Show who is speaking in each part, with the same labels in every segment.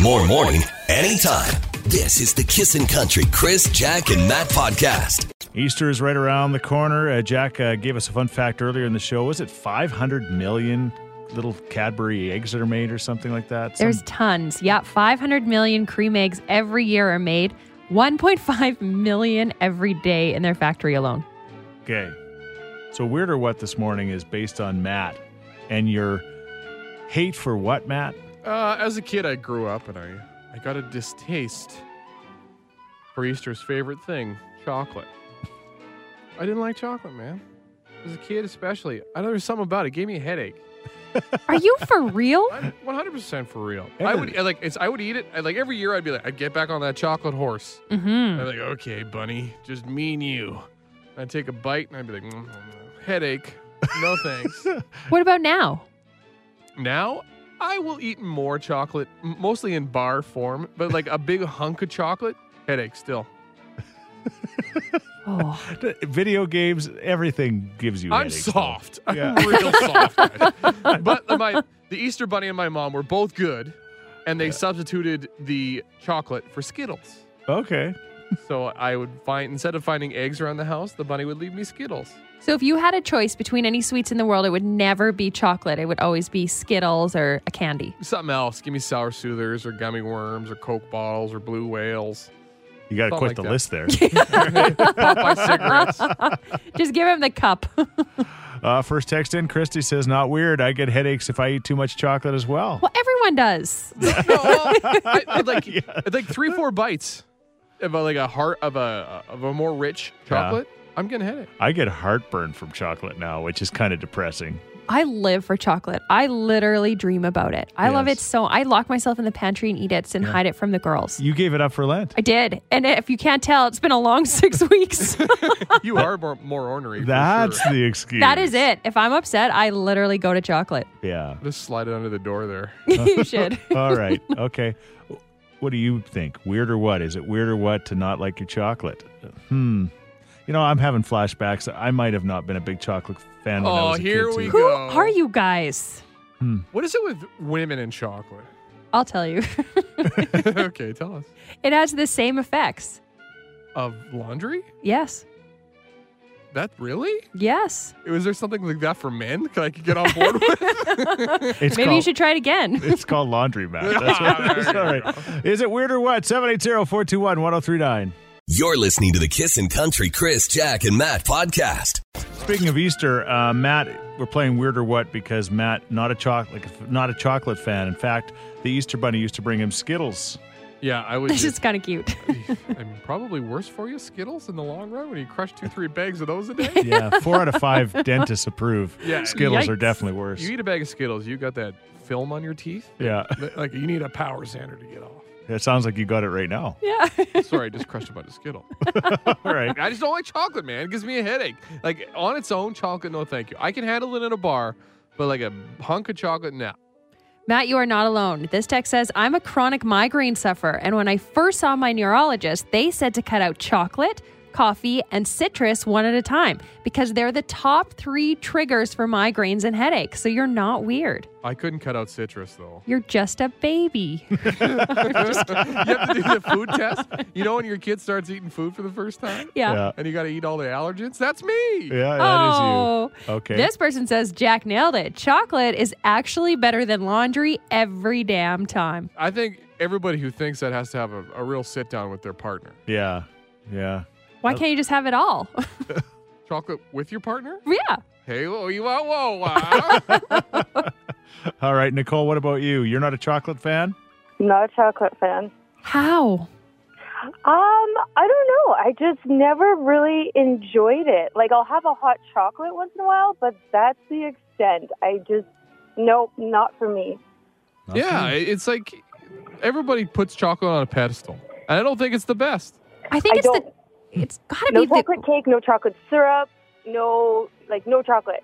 Speaker 1: More morning, anytime. This is the Kissin' Country Chris, Jack, and Matt podcast.
Speaker 2: Easter is right around the corner. Uh, Jack uh, gave us a fun fact earlier in the show. Was it 500 million little Cadbury eggs that are made or something like that? Some-
Speaker 3: There's tons. Yeah, 500 million cream eggs every year are made, 1.5 million every day in their factory alone.
Speaker 2: okay. So, Weird or What this morning is based on Matt and your hate for what, Matt?
Speaker 4: Uh, as a kid, I grew up and I, I got a distaste for Easter's favorite thing, chocolate. I didn't like chocolate, man. As a kid, especially. I know there's something about it. it gave me a headache.
Speaker 3: Are you for real?
Speaker 4: I'm 100% for real. I would I like it's. I would eat it. I, like every year, I'd be like, I'd get back on that chocolate horse.
Speaker 3: Mm-hmm.
Speaker 4: I'd be like, okay, bunny, just me and you. And I'd take a bite and I'd be like, "Mm, mm, mm." headache. No thanks.
Speaker 3: What about now?
Speaker 4: Now I will eat more chocolate, m- mostly in bar form, but like a big hunk of chocolate, headache still.
Speaker 3: Oh,
Speaker 2: D- Video games, everything gives you
Speaker 4: I'm
Speaker 2: headaches.
Speaker 4: soft.
Speaker 2: Yeah.
Speaker 4: I'm real soft. guys. But my the Easter Bunny and my mom were both good, and they substituted the chocolate for Skittles.
Speaker 2: Okay.
Speaker 4: So I would find instead of finding eggs around the house, the bunny would leave me Skittles.
Speaker 3: so if you had a choice between any sweets in the world, it would never be chocolate. It would always be Skittles or a candy.
Speaker 4: Something else. Give me sour soothers or gummy worms or Coke bottles or blue whales.
Speaker 2: You got to
Speaker 4: Something
Speaker 2: quit
Speaker 4: like
Speaker 2: the
Speaker 4: that.
Speaker 2: list there.
Speaker 4: Popeye cigarettes.
Speaker 3: Just give him the cup.
Speaker 2: Uh, first text in, Christy says, not weird. I get headaches if I eat too much chocolate as well.
Speaker 3: well, everyone does.
Speaker 4: no, I, I'd like I'd like three four bites of a, like a heart of a of a more rich chocolate. I'm gonna hit it.
Speaker 2: I get heartburn from chocolate now, which is kind of depressing.
Speaker 3: I live for chocolate. I literally dream about it. I love
Speaker 2: Yes.
Speaker 3: it so. I lock myself in the pantry and eat it and hide it from the girls.
Speaker 2: You gave it up for Lent.
Speaker 3: I did. And if you can't tell, it's been a long six weeks.
Speaker 4: You are more, more ornery. for
Speaker 2: That's
Speaker 4: sure.
Speaker 2: the excuse.
Speaker 3: that is it. If I'm upset, I literally go to chocolate.
Speaker 2: Yeah.
Speaker 4: just slide it under the door there.
Speaker 3: you should.
Speaker 2: All right. Okay. What do you think? Weird or what? Is it weird or what to not like your chocolate? Hmm. You know, I'm having flashbacks. I might have not been a big chocolate fan when I
Speaker 4: Oh,
Speaker 2: was a
Speaker 4: here
Speaker 2: kid,
Speaker 4: we
Speaker 2: too.
Speaker 3: Who
Speaker 4: go.
Speaker 3: are you guys?
Speaker 4: What is it with women and chocolate?
Speaker 3: I'll tell you.
Speaker 4: okay, tell us.
Speaker 3: it has the same effects.
Speaker 4: Of laundry?
Speaker 3: Yes.
Speaker 4: That really?
Speaker 3: Yes.
Speaker 4: Was there something like that for men that I could get on board with?
Speaker 2: It's
Speaker 3: Maybe you
Speaker 2: called-
Speaker 3: should try it again.
Speaker 2: It's called laundromat. That's what it is. All right. Is it weird or what? 780-421-1039.
Speaker 1: You're listening to the Kissin' Country Chris, Jack, and Matt podcast.
Speaker 2: Speaking of Easter, uh, Matt, we're playing Weird or What because Matt not a chocolate not a chocolate fan. In fact, the Easter Bunny used to bring him Skittles.
Speaker 4: yeah, I would.
Speaker 3: This
Speaker 4: Just,
Speaker 3: is kind of cute.
Speaker 4: I'm probably worse for you, Skittles, in the long run when you crush two, three bags of those a day.
Speaker 2: Yeah, four out of five dentists approve.
Speaker 4: Yeah,
Speaker 2: Skittles are
Speaker 3: yikes.
Speaker 2: definitely worse.
Speaker 4: You eat a bag of Skittles, you got that film on your teeth.
Speaker 2: yeah,
Speaker 4: Like you need a power sander to get off.
Speaker 2: it sounds like you got it right now.
Speaker 3: Yeah.
Speaker 4: Sorry, I just crushed about a Skittle.
Speaker 2: All right.
Speaker 4: I just don't like chocolate, man. It gives me a headache. Like on its own, chocolate, no thank you. I can handle it in a bar, but like a hunk of chocolate, no.
Speaker 3: Matt, you are not alone. This text says, I'm a chronic migraine sufferer. And when I first saw my neurologist, they said to cut out chocolate, coffee, and citrus one at a time because they're the top three triggers for migraines and headaches. So you're not weird.
Speaker 4: I couldn't cut out citrus though.
Speaker 3: You're just a baby.
Speaker 4: you have to do the food test. You know when your kid starts eating food for the first time?
Speaker 3: Yeah.
Speaker 2: Yeah.
Speaker 4: And you got to eat all the allergens? That's me.
Speaker 2: Yeah, that is
Speaker 3: Oh,
Speaker 2: you. Okay.
Speaker 3: This person says Jack nailed it. Chocolate is actually better than laundry every damn time.
Speaker 4: I think everybody who thinks that has to have a, a real sit down with their partner.
Speaker 2: yeah, yeah.
Speaker 3: Why can't you just have it all?
Speaker 4: Chocolate with your partner?
Speaker 3: yeah.
Speaker 4: Hey, whoa, you wow, whoa, wow.
Speaker 2: All right, Nicole. What about you? You're not a chocolate fan.
Speaker 5: Not a chocolate fan.
Speaker 3: How?
Speaker 5: Um, I don't know. I just never really enjoyed it. Like I'll have a hot chocolate once in a while, but that's the extent. I just nope, not for me.
Speaker 2: Not
Speaker 4: yeah,
Speaker 2: for
Speaker 4: it- it's like everybody puts chocolate on a pedestal. And I don't think it's the best.
Speaker 3: I think
Speaker 5: I
Speaker 3: it's the
Speaker 5: don't-
Speaker 3: it's gotta
Speaker 5: No
Speaker 3: be the
Speaker 5: chocolate cake, no chocolate syrup, no like no chocolate.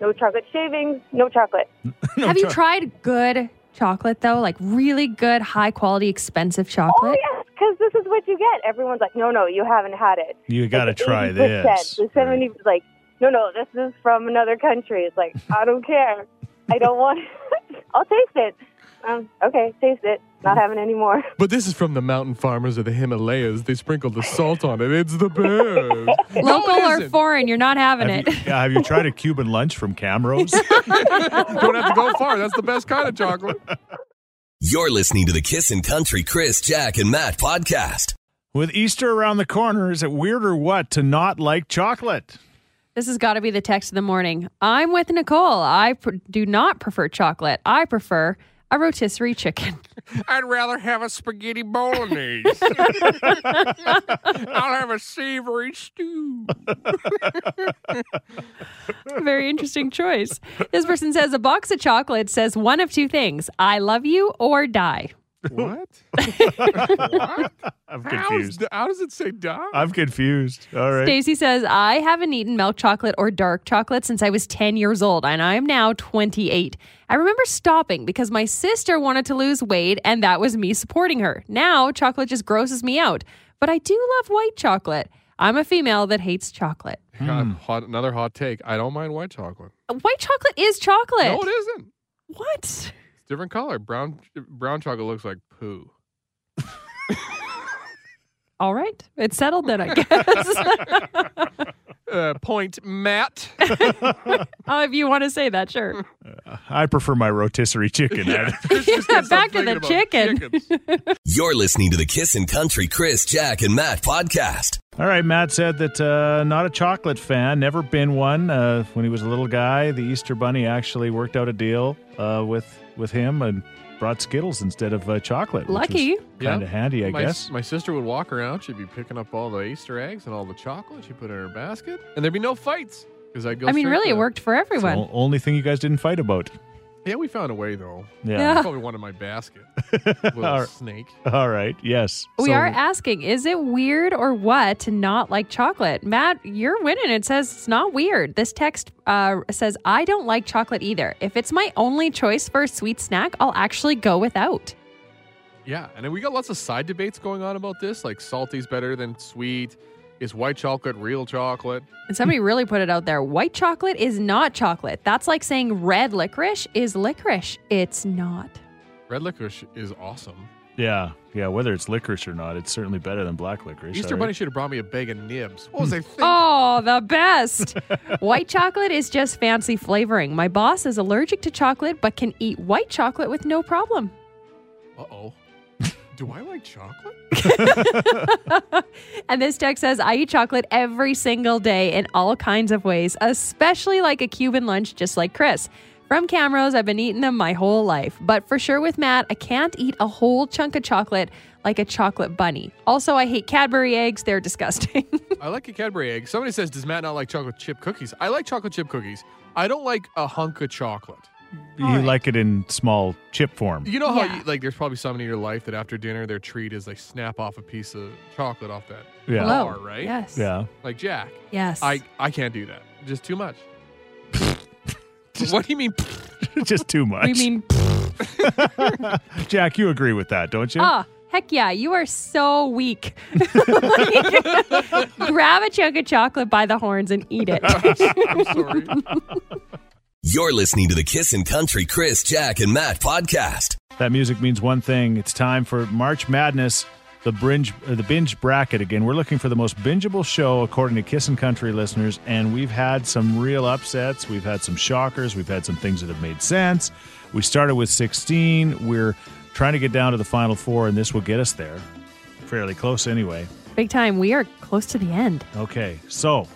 Speaker 5: No chocolate shavings, no chocolate.
Speaker 2: No
Speaker 3: Have you
Speaker 2: cho-
Speaker 3: tried good chocolate though? Like really good, high quality, expensive
Speaker 5: Oh
Speaker 3: chocolate?
Speaker 5: yes, because this is what you get. Everyone's like, no, no, you haven't had it.
Speaker 2: You got to
Speaker 5: Like, the
Speaker 2: try
Speaker 5: 80%,
Speaker 2: this.
Speaker 5: The seventy, like, no, no, this is from another country. It's like I don't care. I don't want. It. I'll taste it. Um, okay, taste it. Not having any more.
Speaker 4: But this is from the mountain farmers of the Himalayas. They sprinkle the salt on it. It's the best. No,
Speaker 3: Local
Speaker 4: it
Speaker 3: or
Speaker 4: isn't.
Speaker 3: foreign, you're not having
Speaker 2: Have
Speaker 3: it.
Speaker 2: you, yeah, have you tried a Cuban lunch from Camrose?
Speaker 4: Don't have to go far. That's the best kind of chocolate.
Speaker 1: You're listening to the Kissin' Country Chris, Jack, and Matt podcast.
Speaker 2: With Easter around the corner, is it weird or what to not like chocolate?
Speaker 3: This has got to be the text of the morning. I'm with Nicole. I pr- do not prefer chocolate. I prefer a rotisserie chicken.
Speaker 4: I'd rather have a spaghetti bolognese. I'll have a savory stew.
Speaker 3: Very interesting choice. This person says a box of chocolate says one of two things I love you or die.
Speaker 4: What?
Speaker 2: I'm
Speaker 4: How, is,
Speaker 2: confused.
Speaker 4: th- how does it say dog?
Speaker 2: I'm confused. All right.
Speaker 3: Stacy says, I haven't eaten milk chocolate or dark chocolate since I was 10 years old, and I am now 28. I remember stopping because my sister wanted to lose weight, and that was me supporting her. Now, chocolate just grosses me out, but I do love white chocolate. I'm a female that hates chocolate.
Speaker 4: God, hot, another hot take. I don't mind white chocolate.
Speaker 3: White chocolate is chocolate.
Speaker 4: No, it isn't.
Speaker 3: What?
Speaker 4: It's different color. Brown brown chocolate looks like poo.
Speaker 3: All right. It's settled then, I guess.
Speaker 4: Uh, point Matt.
Speaker 3: oh, if you want to say that, sure.
Speaker 2: I prefer my rotisserie chicken.
Speaker 4: Just gets
Speaker 3: Yeah,
Speaker 4: us
Speaker 3: back to
Speaker 4: thinking
Speaker 3: the
Speaker 4: about
Speaker 3: chicken.
Speaker 4: chickens.
Speaker 1: You're listening to the Kissin' Country Chris, Jack, and Matt podcast.
Speaker 2: All right, Matt said that uh, not a chocolate fan, never been one. Uh, when he was a little guy, the Easter Bunny actually worked out a deal uh, with with him and brought Skittles instead of uh, chocolate.
Speaker 3: Lucky.
Speaker 4: Yeah.
Speaker 2: kind of handy, I
Speaker 4: my,
Speaker 2: guess.
Speaker 4: My sister would walk around. She'd be picking up all the Easter eggs and all the chocolate she put in her basket, and there'd be no fights because I'd go.
Speaker 3: I mean,
Speaker 4: straight
Speaker 3: really,
Speaker 4: to-
Speaker 3: it worked for
Speaker 2: It's
Speaker 3: everyone.
Speaker 2: the only thing you guys didn't fight about.
Speaker 4: Yeah, we found a way though.
Speaker 2: Yeah.
Speaker 4: Probably one in my basket. Little
Speaker 2: All right.
Speaker 4: snake.
Speaker 2: All right. Yes.
Speaker 3: We
Speaker 2: So-
Speaker 3: are asking, is it weird or what to not like chocolate? Matt, you're winning. It says it's not weird. This text uh, says, I don't like chocolate either. If it's my only choice for a sweet snack, I'll actually go without.
Speaker 4: Yeah, and then we got lots of side debates going on about this. Like, salty's better than sweet. Is white chocolate real chocolate?
Speaker 3: And somebody really put it out there white chocolate is not chocolate. That's like saying red licorice is licorice. It's not.
Speaker 4: Red licorice is awesome.
Speaker 2: Yeah. Yeah. Whether it's licorice or not, it's certainly better than black licorice.
Speaker 4: Easter
Speaker 2: all
Speaker 4: Bunny
Speaker 2: right?
Speaker 4: should have brought me a bag of nibs. What was I thinking?
Speaker 3: Oh, the best. white chocolate is just fancy flavoring. My boss is allergic to chocolate, but can eat white chocolate with no problem.
Speaker 4: Uh oh. Do I like chocolate?
Speaker 3: And this text says, I eat chocolate every single day in all kinds of ways, especially like a Cuban lunch, just like Chris. From Camrose, I've been eating them my whole life. But for sure with Matt, I can't eat a whole chunk of chocolate like a chocolate bunny. Also, I hate Cadbury eggs. They're disgusting.
Speaker 4: I like a Cadbury egg. Somebody says, Does Matt not like chocolate chip cookies? I like chocolate chip cookies. I don't like a hunk of chocolate.
Speaker 2: You
Speaker 3: All right.
Speaker 2: like it in small chip form.
Speaker 4: You know how,
Speaker 3: Yeah.
Speaker 4: you, like, there's probably someone in your life that after dinner, their treat is they snap off a piece of chocolate off that.
Speaker 2: Yeah.
Speaker 3: Hello.
Speaker 4: Are, right?
Speaker 3: Yes.
Speaker 2: Yeah.
Speaker 4: Like, Jack,
Speaker 3: Yes.
Speaker 4: I, I can't do that. Just too much. what do you mean?
Speaker 2: Just too much.
Speaker 3: we mean,
Speaker 2: Jack, you agree with that, don't you?
Speaker 3: ah, heck yeah, you are so weak. grab a chunk of chocolate by the horns and eat it.
Speaker 4: I'm sorry.
Speaker 1: You're listening to the Kissin' Country Chris, Jack, and Matt podcast.
Speaker 2: That music means one thing. It's time for March Madness, the binge, uh, the binge bracket again. We're looking for the most bingeable show according to Kissin' Country listeners, and we've had some real upsets. We've had some shockers. We've had some things that have made sense. We started with 16. We're trying to get down to the final four, and this will get us there. Fairly close, anyway.
Speaker 3: Big time. We are close to the end.
Speaker 2: Okay, so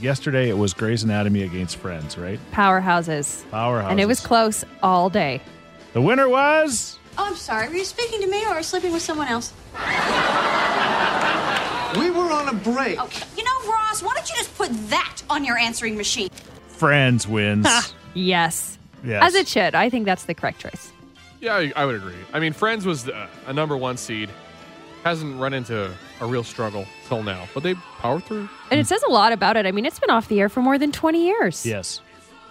Speaker 2: yesterday it was Grey's Anatomy against Friends, right?
Speaker 3: Powerhouses.
Speaker 2: Powerhouse.
Speaker 3: And it was close all day.
Speaker 2: the winner was
Speaker 6: Oh, I'm sorry. Were you speaking to me or sleeping with someone else?
Speaker 7: We were on a break.
Speaker 6: Okay. You know, Ross, why don't you just put that on your answering machine?
Speaker 2: Friends wins.
Speaker 3: Yes.
Speaker 2: Yes.
Speaker 3: As it should. I think that's the correct choice.
Speaker 4: Yeah, I, I would agree. I mean, Friends was uh, a number one seed. Hasn't run into a real struggle till now, but they power through.
Speaker 3: And it says a lot about it. I mean, it's been off the air for more than 20 years.
Speaker 2: Yes.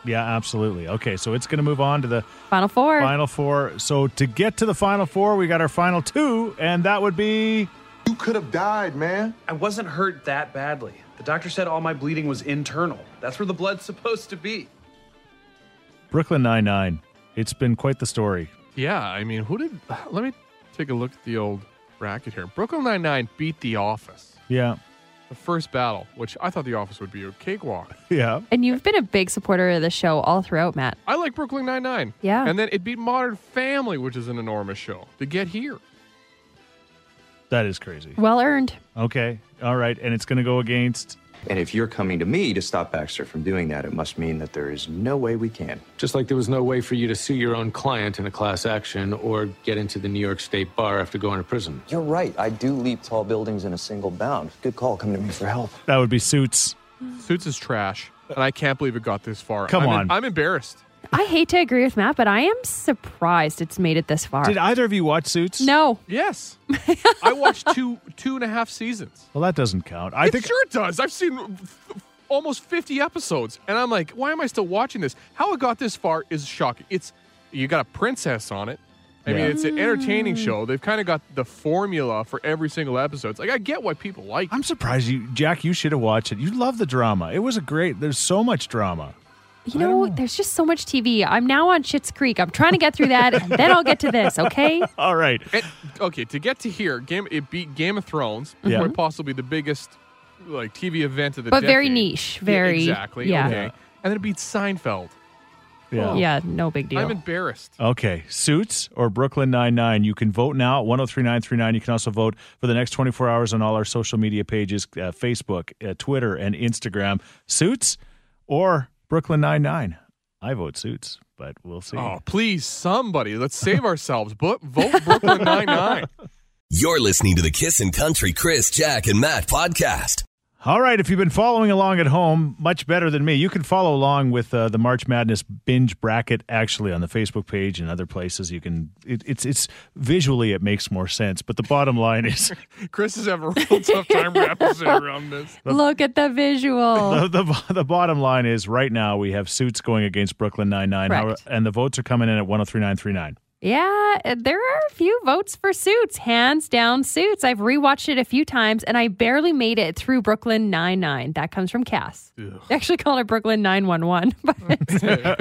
Speaker 2: Yeah, absolutely. Okay, so it's going to move on to the
Speaker 3: Final four.
Speaker 2: final four. So to get to the final four, we got our final two, and that would be
Speaker 7: You could have died, man.
Speaker 8: I wasn't hurt that badly. The doctor said all my bleeding was internal. That's where the blood's supposed to be.
Speaker 2: Brooklyn Nine Nine. It's been quite the story.
Speaker 4: Yeah, I mean, who did? Let me take a look at the old bracket here. Brooklyn Nine Nine beat The Office
Speaker 2: Yeah.
Speaker 4: the first battle, which I thought The Office would be a cakewalk.
Speaker 2: Yeah.
Speaker 3: And you've been a big supporter of the show all throughout, Matt.
Speaker 4: I like Brooklyn Nine Nine.
Speaker 3: Yeah.
Speaker 4: and then it beat Modern Family, which is an enormous show to get here.
Speaker 2: That is crazy.
Speaker 3: Well earned.
Speaker 2: Okay. All right. And it's going to go against.
Speaker 9: And if you're coming to me to stop Baxter from doing that, it must mean that there is no way we can.
Speaker 10: Just like there was no way for you to sue your own client in a class action or get into the New York State bar after going to prison.
Speaker 9: You're right. I do leap tall buildings in a single bound. Good call coming to me for help.
Speaker 2: That would be Suits.
Speaker 4: Suits is trash, and I can't believe it got this far.
Speaker 2: Come
Speaker 4: I'm
Speaker 2: on.
Speaker 4: I'm embarrassed.
Speaker 3: I hate to agree with Matt, but I am surprised it's made it this far.
Speaker 2: Did either of you watch Suits?
Speaker 3: no.
Speaker 4: Yes, I watched two two and a half seasons.
Speaker 2: Well, that doesn't count. I
Speaker 4: it
Speaker 2: think
Speaker 4: sure does. I've seen f- almost 50 episodes, and I'm like, why am I still watching this? How it got this far is shocking. It's you got a princess on it. I
Speaker 2: Yeah.
Speaker 4: mean, it's an entertaining
Speaker 3: Mm.
Speaker 4: show. They've kind of got the formula for every single episode. It's like I get why people like. it.
Speaker 2: I'm surprised you, Jack. You should have watched it. You love the drama. It was a great. There's so much drama.
Speaker 3: You know, there's just so much TV. I'm now on Schitt's Creek. I'm trying to get through that, and then I'll get to this, okay?
Speaker 2: All right.
Speaker 4: And- okay, to get to here, game it beat Game of Thrones,
Speaker 2: Yeah.
Speaker 4: quite possibly the biggest like TV event of the
Speaker 3: But very
Speaker 4: decade.
Speaker 3: niche,
Speaker 4: Yeah,
Speaker 3: very-
Speaker 4: exactly.
Speaker 3: yeah.
Speaker 4: Okay, and then it beat Seinfeld.
Speaker 2: Yeah.
Speaker 3: Yeah, no big deal.
Speaker 4: I'm embarrassed.
Speaker 2: Okay, Suits or Brooklyn Nine-Nine. You can vote now at 103939. You can also vote for the next 24 hours on all our social media pages uh, Facebook, uh, Twitter, and Instagram. Suits or Brooklyn Nine-Nine? I vote Suits, but we'll see.
Speaker 4: Oh, please, somebody, let's save ourselves. But vote Brooklyn Nine Nine.
Speaker 1: You're listening to the Kissin' Country Chris, Jack, and Matt podcast.
Speaker 2: All right, if you've been following along at home, much better than me, you can follow along with uh, the March Madness binge bracket actually on the Facebook page and other places. You can it, it's it's visually it makes more sense, but the bottom line is
Speaker 4: Chris is having a real tough time wrapping his head around this.
Speaker 3: Look at the visual.
Speaker 2: the, the the bottom line is right now we have suits going against Brooklyn Nine Nine,
Speaker 3: Correct.
Speaker 2: and the votes are coming in at one zero three nine three nine.
Speaker 3: yeah, uh, there are a few votes for Suits, hands down Suits. I've rewatched it a few times, and I barely made it through Brooklyn Nine Nine. That comes from Cass. They actually call it Brooklyn Nine One One, but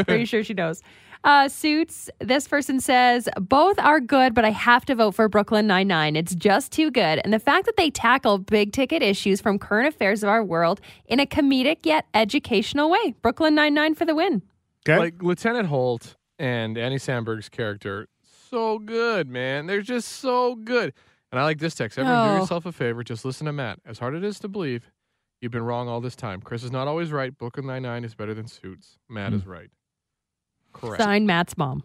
Speaker 3: pretty sure she knows. Uh, suits. This person says both are good, but I have to vote for Brooklyn Nine Nine. It's just too good, and the fact that they tackle big ticket issues from current affairs of our world in a comedic yet educational way. Brooklyn Nine Nine for the win.
Speaker 2: Okay,
Speaker 4: Like Lieutenant Holt and Annie Sandberg's character, so good, man. They're just so good. And I like this text. Everyone,
Speaker 3: Oh.
Speaker 4: do yourself a favor. Just listen to Matt. As hard it is to believe, you've been wrong all this time. Chris is not always right. Brooklyn Nine Nine is better than Suits. Matt is right. Correct.
Speaker 3: Sign Matt's mom.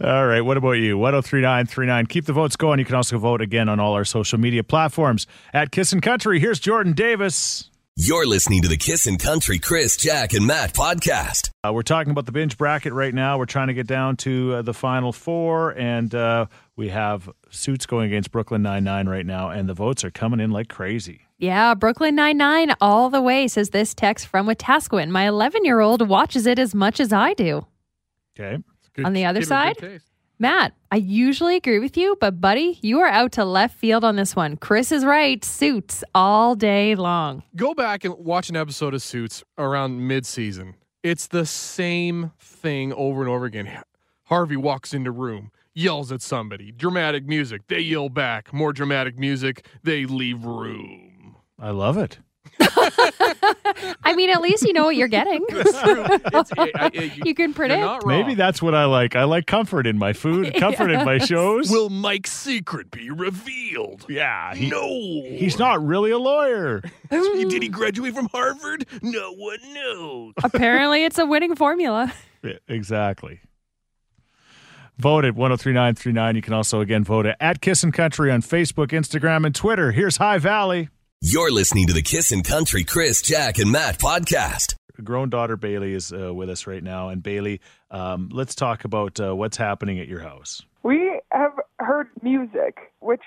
Speaker 2: all right. What about you? One zero three nine three nine. Keep the votes going. You can also vote again on all our social media platforms at Kissin' Country. Here's Jordan Davis.
Speaker 1: You're listening to the Kissin' Country Chris, Jack, and Matt podcast.
Speaker 2: Uh, we're talking about the binge bracket right now. We're trying to get down to uh, the final four, and uh, we have suits going against Brooklyn Nine Nine right now, and the votes are coming in like crazy.
Speaker 3: Yeah, Brooklyn Nine Nine all the way says this text from Wetaskiwin. My 11 year old watches it as much as I do.
Speaker 2: Okay.
Speaker 4: Good-
Speaker 3: On the other
Speaker 4: kid with good
Speaker 3: side?
Speaker 4: taste.
Speaker 3: Matt, I usually agree with you, but buddy, you are out to left field on this one. Chris is right. Suits all day long.
Speaker 4: go back and watch an episode of Suits around mid-season. It's the same thing over and over again. Harvey walks into room, yells at somebody, dramatic music. They yell back, more dramatic music. They leave room.
Speaker 2: I love it.
Speaker 3: I mean, at least you know what you're getting.
Speaker 4: It's- I- I-
Speaker 3: You can predict.
Speaker 4: you're not
Speaker 2: Maybe
Speaker 4: wrong.
Speaker 2: that's what I like. I like comfort in my food, comfort in my shows.
Speaker 4: will Mike's secret be revealed?
Speaker 2: yeah, he-
Speaker 4: No.
Speaker 2: he's not really a lawyer.
Speaker 4: Did he graduate from Harvard? No one knows.
Speaker 3: Apparently, it's a winning formula.
Speaker 2: Yeah, exactly. Vote at 103939. You can also again vote at Kissin' Country on Facebook, Instagram, and Twitter. Here's High Valley.
Speaker 1: You're listening to the Kissin' Country Chris, Jack, and Matt podcast.
Speaker 2: Grown daughter Bailey is uh, with us right now. And Bailey, um, let's talk about uh, what's happening at your house.
Speaker 5: We have heard music, which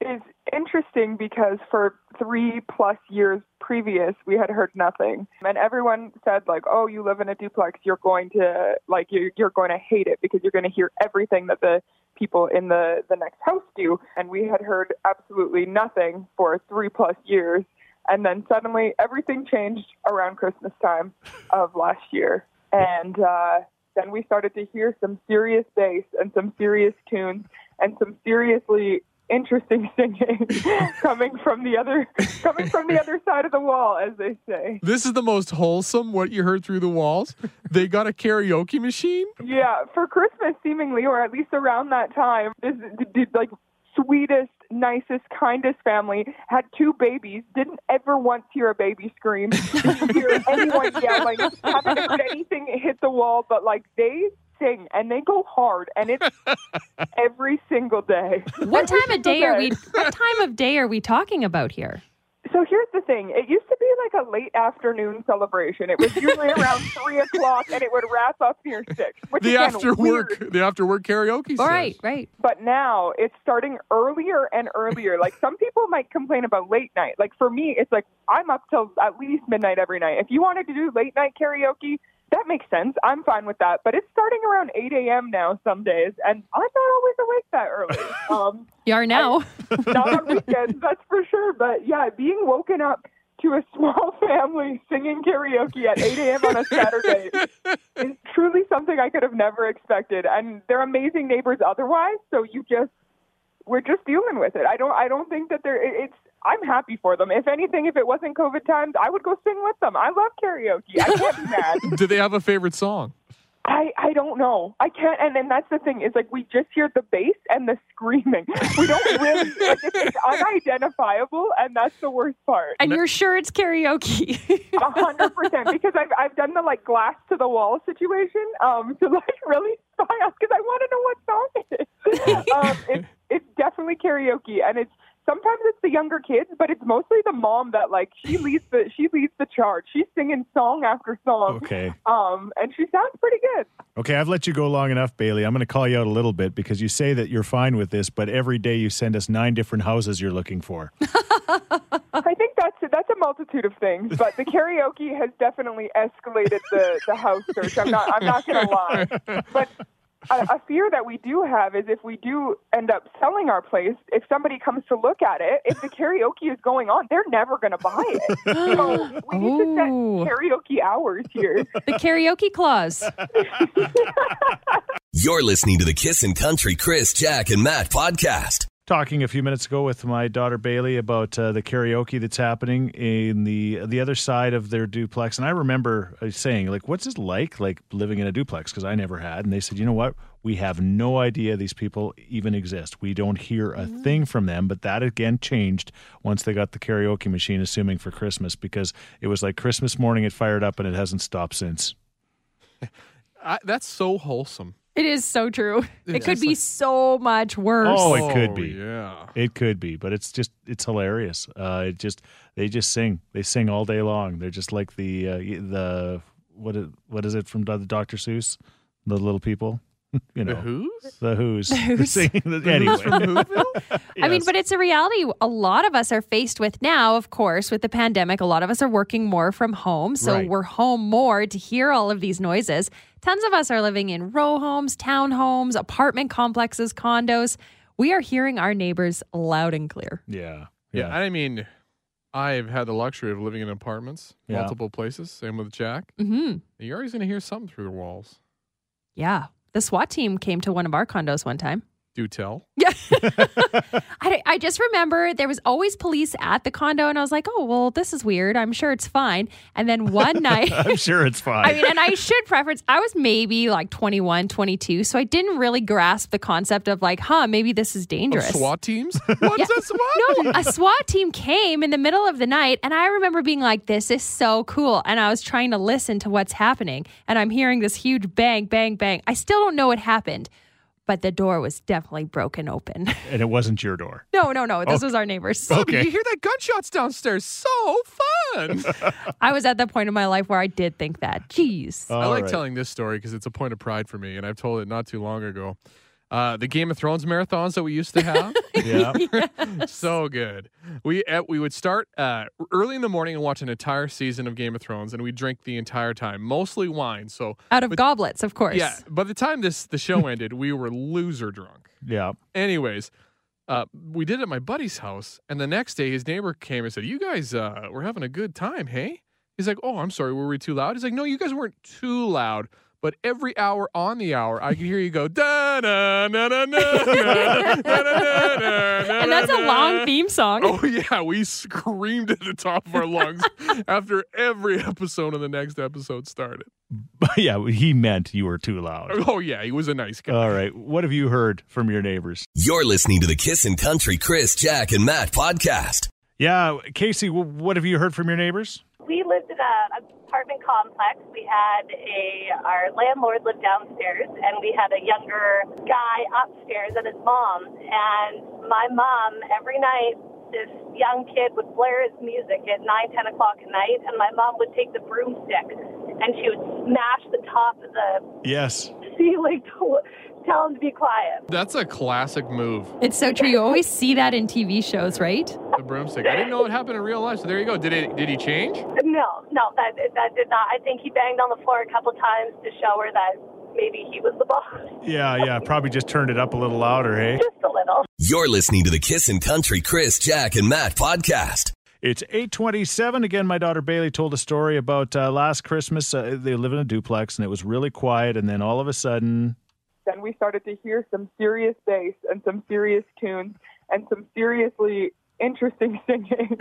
Speaker 5: is interesting because for three plus years previous, we had heard nothing. And everyone said, like, oh, you live in a duplex. You're going to, like, you're, you're going to hate it because you're going to hear everything that the people in the, the next house do. And we had heard absolutely nothing for three plus years. And then suddenly everything changed around Christmas time of last year. And uh, then we started to hear some serious bass and some serious tunes and some seriously interesting singing coming from the other coming from the other side of the wall, as they say.
Speaker 4: This is the most wholesome what you heard through the walls. They got a karaoke machine.
Speaker 5: Yeah, for Christmas, seemingly, or at least around that time, this the, the, like sweetest, nicest, kindest family had two babies. Didn't ever once hear a baby scream. Didn't hear anyone yell. Like haven't heard anything hit the wall. But like they sing and they go hard, and it's every single day.
Speaker 3: What time
Speaker 5: Every
Speaker 3: of
Speaker 5: single
Speaker 3: day are we? What time of day are we talking about here?
Speaker 5: So here's the thing. It used to be like a late afternoon celebration. It was usually around three o'clock, and it would wrap up near six. Which
Speaker 4: The
Speaker 5: again,
Speaker 4: after
Speaker 5: weird.
Speaker 4: work, the after work karaoke.
Speaker 3: All
Speaker 4: session.
Speaker 3: right, right.
Speaker 5: but now it's starting earlier and earlier. Like some people might complain about late night. Like for me, it's like I'm up till at least midnight every night. If you wanted to do late night karaoke, that makes sense. I'm fine with that. But it's starting around 8 a.m. now some days, and I'm not always awake that early. Um,
Speaker 3: You are now.
Speaker 5: not on weekends, that's for sure. But yeah, being woken up to a small family singing karaoke at 8 a.m. on a Saturday is truly something I could have never expected. And they're amazing neighbors otherwise, so you just we're just dealing with it. I don't I don't think that there it- it's I'm happy for them. If anything, if it wasn't COVID times, I would go sing with them. I love karaoke. I can't be mad.
Speaker 4: Do they have a favorite song?
Speaker 5: I, I don't know. I can't. And then that's the thing is like we just hear the bass and the screaming. We don't really like it's, it's unidentifiable, and that's the worst part.
Speaker 3: and you're sure it's karaoke.
Speaker 5: A hundred percent because I've I've done the like glass to the wall situation um to like really spy out because I want to know what song it is. um, it's it's definitely karaoke, and it's sometimes it's the younger kids, but it's mostly the mom that like she leads the she leads the charge. She's singing song after song.
Speaker 2: Okay.
Speaker 5: Um, and she sounds pretty good.
Speaker 2: Okay, I've let you go long enough, Bailey. I'm going to call you out a little bit because you say that you're fine with this, but every day you send us nine different houses you're looking for.
Speaker 5: I think that's that's a multitude of things, but the karaoke has definitely escalated the, the house search. I'm not I'm not gonna lie, but a, a fear that we do have is if we do end up selling our place, if somebody comes to look at it, if the karaoke is going on, they're never gonna buy it. So we need to set
Speaker 3: Ooh.
Speaker 5: karaoke hours here.
Speaker 3: the karaoke clause.
Speaker 1: You're listening to the Kissin' Country Chris, Jack, and Matt podcast.
Speaker 2: Talking a few minutes ago with my daughter Bailey about uh, the karaoke that's happening in the the other side of their duplex, and I remember uh, saying like, "What's it like like living in a duplex?" Because I never had, and they said, "You know what? We have no idea these people even exist. We don't hear a thing from them." But that again changed once they got the karaoke machine, assuming for Christmas, because it was like Christmas morning it fired up and it hasn't stopped since.
Speaker 4: I, that's so wholesome.
Speaker 3: It is so true. It could be so much worse.
Speaker 2: Oh, it could
Speaker 4: Oh,
Speaker 2: be.
Speaker 4: Yeah.
Speaker 2: It could be, but it's just it's hilarious. Uh, it just they just sing. They sing all day long. They're just like the uh, y- the what is, what is it from Do- Dr. Seuss? The little people, you know,
Speaker 4: The Who's?
Speaker 2: the Who's,
Speaker 3: Who's.
Speaker 2: singing. the- anyway,
Speaker 3: I mean,
Speaker 2: Yes.
Speaker 3: but it's a reality a lot of us are faced with now, of course, with the pandemic. A lot of us are working more from home. So
Speaker 2: Right.
Speaker 3: we're home more to hear all of these noises. Tons of us are living in row homes, townhomes, apartment complexes, condos. We are hearing our neighbors loud and clear.
Speaker 2: yeah,
Speaker 4: Yeah,
Speaker 2: yeah,
Speaker 4: I mean, I've had the luxury of living in apartments,
Speaker 2: Yeah.
Speaker 4: multiple places. Same with Jack.
Speaker 3: hmm
Speaker 4: You're always going to hear something through the walls.
Speaker 3: Yeah. The SWAT team came to one of our condos one time.
Speaker 4: Do tell.
Speaker 3: I, I just remember there was always police at the condo, and I was like, oh, well, this is weird. I'm sure it's fine. And then one night,
Speaker 2: I'm sure it's fine.
Speaker 3: I mean, and I should preference, I was maybe like 21, 22, so I didn't really grasp the concept of like, huh, maybe this is
Speaker 4: Of
Speaker 3: dangerous.
Speaker 4: SWAT teams? What's
Speaker 3: Yeah.
Speaker 4: a SWAT team?
Speaker 3: No, a SWAT team came in the middle of the night, and I remember being like, this is so cool. And I was trying to listen to what's happening, and I'm hearing this huge bang, bang, bang. I still don't know what happened, but the door was definitely broken open.
Speaker 2: and it wasn't your door.
Speaker 3: no, no, no. This was our neighbor's.
Speaker 2: Okay.
Speaker 4: You hear that gunshots downstairs. So fun.
Speaker 3: I was at that point in my life where I did think that. Jeez.
Speaker 4: I
Speaker 2: All
Speaker 4: like
Speaker 2: right.
Speaker 4: telling this story because it's a point of pride for me, and I've told it not too long ago. Uh, the Game of Thrones marathons that we used to have,
Speaker 2: Yeah,
Speaker 4: so good. We uh, we would start uh, early in the morning and watch an entire season of Game of Thrones, and we drink the entire time, mostly wine. So
Speaker 3: Out of goblets, of course.
Speaker 4: yeah, by the time this the show ended, we were loser drunk.
Speaker 2: yeah.
Speaker 4: Anyways, uh, we did it at my buddy's house, and the next day his neighbor came and said, "You guys uh, were having a good time, hey?" He's like, "Oh, I'm sorry, were we too loud?" He's like, "No, you guys weren't too loud, But every hour on the hour, I could hear you go da na na na na na na na na.
Speaker 3: And that's a long theme song.
Speaker 4: Oh yeah, we screamed at the top of our lungs after every episode and the next episode started.
Speaker 2: But yeah, he meant you were too loud.
Speaker 4: Oh yeah, he was a nice guy.
Speaker 2: All right. What have you heard from your neighbors?
Speaker 1: You're listening to the Kissin' Country Chris, Jack, and Matt podcast.
Speaker 2: Yeah, Casey, wh- what have you heard from your neighbors?
Speaker 11: we lived in an apartment complex. We had a our landlord lived downstairs, and we had a younger guy upstairs and his mom. And my mom every night, this young kid would blare his music at nine, ten o'clock at night, and my mom would take the broomstick and she would smash the top of the
Speaker 2: Yes.
Speaker 11: ceiling to tell him to be quiet.
Speaker 4: That's a classic move.
Speaker 3: It's so true. You always see that in TV shows, right?
Speaker 4: The broomstick. I didn't know it happened in real life. So there you go. Did it? Did he change?
Speaker 11: No, no, that that did not. I think he banged on the floor a couple times to show her that maybe he was the boss,
Speaker 2: Yeah, yeah. Probably just turned it up a little louder, hey?
Speaker 11: just a little.
Speaker 1: You're listening to the Kissin' Country Chris, Jack, and Matt podcast.
Speaker 2: It's 827. Again, my daughter Bailey told a story about uh, last Christmas. Uh, they live in a duplex and it was really quiet. And then all of a sudden,
Speaker 5: Then we started to hear some serious bass and some serious tunes and some seriously interesting singing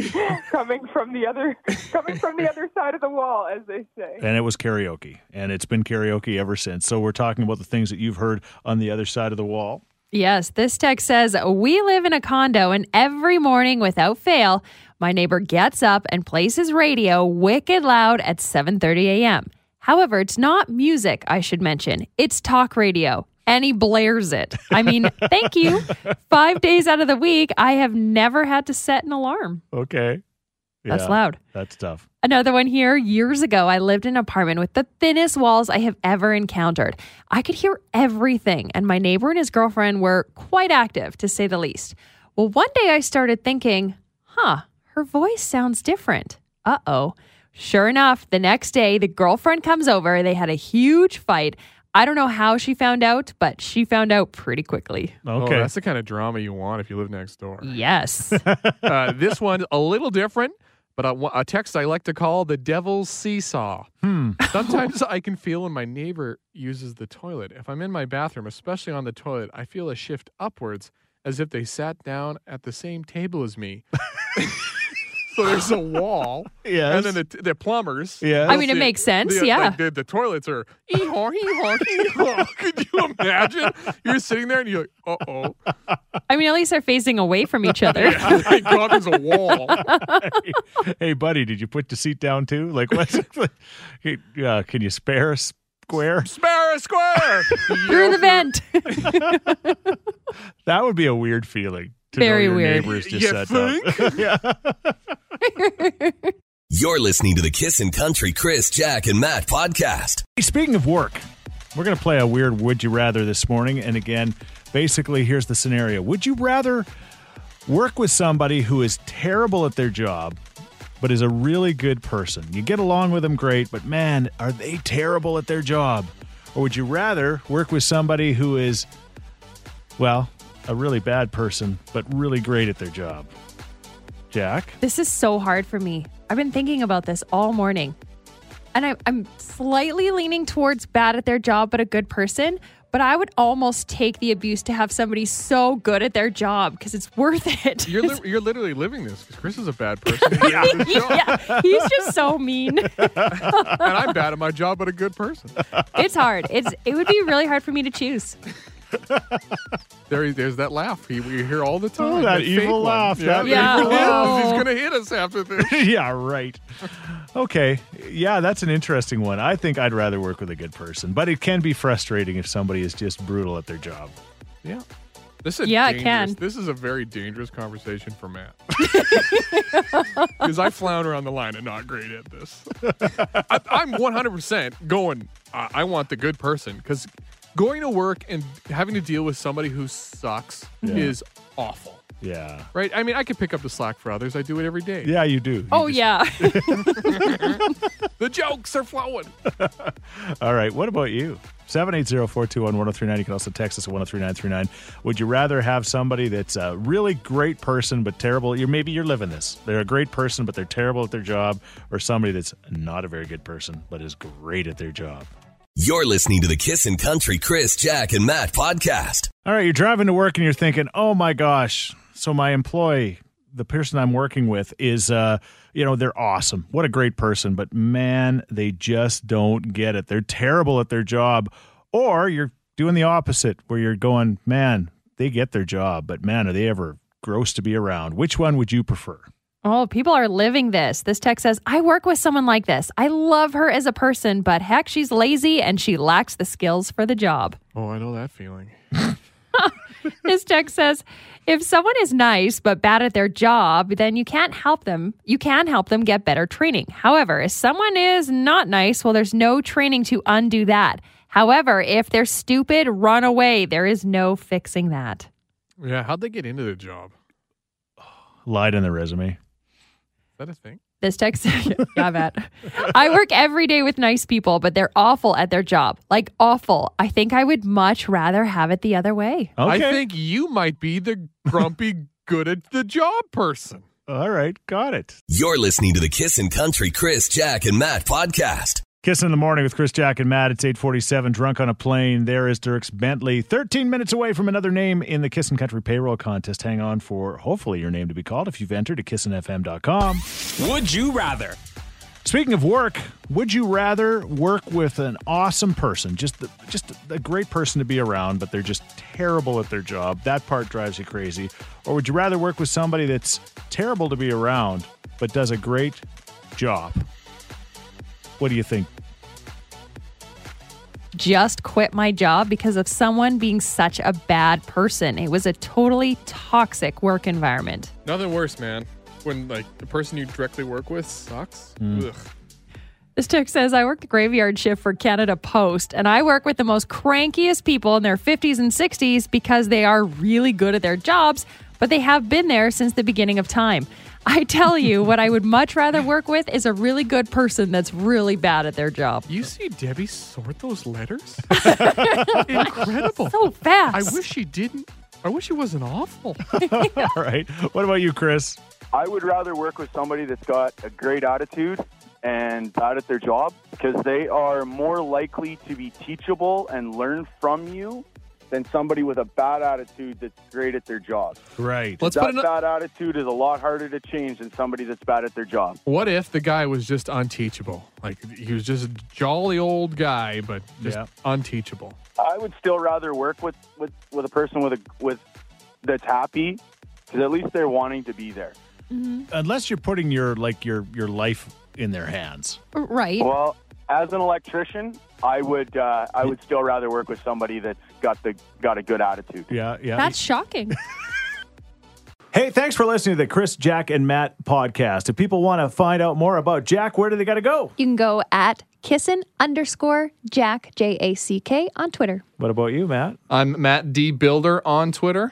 Speaker 5: coming from the other coming from the other side of the wall, as they say.
Speaker 2: and it was karaoke. And it's been karaoke ever since. So we're talking about the things that you've heard on the other side of the wall.
Speaker 3: Yes, this text says We live in a condo, and every morning without fail, my neighbor gets up and plays his radio wicked loud at 7:30 a.m. However, it's not music, I should mention. It's talk radio. And he blares it. I mean, thank you. Five days out of the week, I have never had to set an alarm.
Speaker 2: Okay.
Speaker 3: That's loud.
Speaker 2: That's tough.
Speaker 3: Another one here. Years ago, I lived in an apartment with the thinnest walls I have ever encountered. I could hear everything, and my neighbor and his girlfriend were quite active, to say the least. Well, one day I started thinking, huh, her voice sounds different. Uh oh. Sure enough, the next day, the girlfriend comes over. They had a huge fight. I don't know how she found out, but she found out pretty quickly.
Speaker 2: Okay.
Speaker 4: Oh, that's the kind of drama you want if you live next door.
Speaker 3: Yes.
Speaker 4: uh, this one's a little different, but a, a text I like to call the devil's seesaw.
Speaker 2: hmm.
Speaker 4: Sometimes I can feel when my neighbor uses the toilet. If I'm in my bathroom, especially on the toilet, I feel a shift upwards as if they sat down at the same table as me. so there's a wall.
Speaker 2: Yes.
Speaker 4: And then the, the plumbers.
Speaker 2: Yes.
Speaker 3: I mean, it
Speaker 4: The-
Speaker 3: makes sense,
Speaker 4: the-
Speaker 3: yeah.
Speaker 4: like, the, the toilets are ee-haw, ee-haw, ee-haw. Could you imagine? You're sitting there and you're like, uh oh.
Speaker 3: I mean, at least they're facing away from each other.
Speaker 4: Thank God there's a wall.
Speaker 2: hey, buddy, did you put your seat down too? Like, what? Hey, uh, can you spare a square?
Speaker 4: Spare a square.
Speaker 3: Through the vent.
Speaker 2: That would be a weird feeling. To
Speaker 3: Very
Speaker 2: know your
Speaker 3: weird.
Speaker 2: Neighbors just
Speaker 4: You
Speaker 2: sat down.
Speaker 4: think?
Speaker 2: yeah.
Speaker 1: You're listening to the Kissin' Country Chris, Jack, and Matt podcast.
Speaker 2: Hey, Speaking of work, we're going to play a weird would you rather this morning. And again, basically, here's the scenario Would you rather work with somebody who is terrible at their job, but is a really good person? You get along with them great, but man, are they terrible at their job? Or would you rather work with somebody who is, well, a really bad person, but really great at their job? Jack?
Speaker 3: This is so hard for me. I've been thinking about this all morning. And I, I'm slightly leaning towards bad at their job, but a good person. But I would almost take the abuse to have somebody so good at their job because it's worth it.
Speaker 4: You're li- you're literally living this because Chris is a bad person. yeah.
Speaker 3: yeah, he's just so mean.
Speaker 4: and I'm bad at my job, but a good person.
Speaker 3: It's hard. It's it would be really hard for me to choose.
Speaker 4: There, he- there's that laugh you, you hear all the time.
Speaker 2: Oh, that
Speaker 4: fake
Speaker 2: evil
Speaker 4: one.
Speaker 2: laugh, that
Speaker 4: Yeah,
Speaker 3: evil laugh.
Speaker 4: he's gonna hit us after this.
Speaker 2: yeah, right. Okay. Yeah, that's an interesting one. I think I'd rather work with a good person, but it can be frustrating if somebody is just brutal at their job.
Speaker 4: Yeah. This is
Speaker 3: Yeah, it
Speaker 4: dangerous.
Speaker 3: can.
Speaker 4: This is a very dangerous conversation for Matt. Because I flounder on the line and not great at this. I, I'm 100% going, I, I want the good person. Because going to work and having to deal with somebody who sucks is awful,
Speaker 2: Yeah.
Speaker 4: right? I mean, I could pick up the slack for others. I do it every day.
Speaker 2: Yeah, you do. You
Speaker 3: Oh
Speaker 2: just-
Speaker 3: yeah,
Speaker 4: The jokes are flowing.
Speaker 2: All right. What about you? 780-421-1039. You can also text us at 103939. Would you rather have somebody that's a really great person but terrible? You're maybe you're living this. They're a great person but they're terrible at their job or somebody that's not a very good person but is great at their job.
Speaker 1: You're listening to the Kissin' Country Chris, Jack, and Matt podcast.
Speaker 2: All right, you're driving to work and you're thinking, "Oh my gosh!" So my employee, the person I'm working with, is, uh, you know, they're awesome. What a great person, but man, they just don't get it. They're terrible at their job. Or you're doing the opposite, where you're going, "Man, they get their job, but man, are they ever gross to be around?" Which one would you prefer?
Speaker 3: Oh, people are living this. This text says, I work with someone like this. I love her as a person, but heck, she's lazy and she lacks the skills for the job.
Speaker 4: Oh, I know that feeling.
Speaker 3: this text says, if someone is nice but bad at their job, then you can't help them. You can help them get better training. However, if someone is not nice, well, there's no training to undo that. However, if they're stupid, run away. There is no fixing that.
Speaker 4: Yeah, how'd they get into the job?
Speaker 2: Lied in the resume.
Speaker 4: Is that a thing?
Speaker 3: This text, yeah, Matt. I work every day with nice people, but they're awful at their job. Like, awful. I think I would much rather have it the other way.
Speaker 4: I think you might be the grumpy, good at the job person.
Speaker 2: All right, got it.
Speaker 1: You're listening to the Kissin' Country Chris, Jack, and Matt podcast.
Speaker 2: Kissing in the morning with Chris Jack and Matt. It's 847, drunk on a plane. There is Dirks Bentley, 13 minutes away from another name in the Kissin' Country payroll contest. Hang on for hopefully your name to be called if you've entered at kissinfm.com.
Speaker 12: Would you rather?
Speaker 2: Speaking of work, would you rather work with an awesome person, just the, just a great person to be around, but they're just terrible at their job? That part drives you crazy. Or would you rather work with somebody that's terrible to be around, but does a great job? What do you think?
Speaker 3: Just quit my job because of someone being such a bad person. It was a totally toxic work environment.
Speaker 4: Nothing worse, man. When like the person you directly work with sucks. Ugh.
Speaker 3: This text says, I work the graveyard shift for Canada Post, and I work with the most crankiest people in their 50s and 60s because they are really good at their jobs, but they have been there since the beginning of time. I tell you, what I would much rather work with is a really good person that's really bad at their job.
Speaker 4: You see Debbie sort those letters?
Speaker 3: Incredible. So fast.
Speaker 4: I wish she didn't. I wish she wasn't awful.
Speaker 2: All right. What about you, Chris?
Speaker 13: I would rather work with somebody that's got a great attitude and bad at their job because they are more likely to be teachable and learn from you than somebody with a bad attitude that's great at their job.
Speaker 2: Right.
Speaker 13: that bad attitude is a lot harder to change than somebody that's bad at their job.
Speaker 4: What if the guy was just unteachable? Like he was just a jolly old guy, but just unteachable.
Speaker 13: I would still rather work with with, with a person with a with that's happy because at least they're wanting to be there.
Speaker 2: Unless you're putting your like your your life in their hands.
Speaker 3: Right.
Speaker 13: Well, as an electrician, I would uh, I would still rather work with somebody that's got the got a good attitude.
Speaker 2: Yeah, yeah.
Speaker 3: That's shocking.
Speaker 2: Hey, thanks for listening to the Chris, Jack, and Matt podcast. If people want to find out more about Jack, where do they got to go?
Speaker 14: You can go at kissin underscore jack, J A C K, on Twitter.
Speaker 2: What about you, Matt?
Speaker 4: I'm Matt D Builder on Twitter.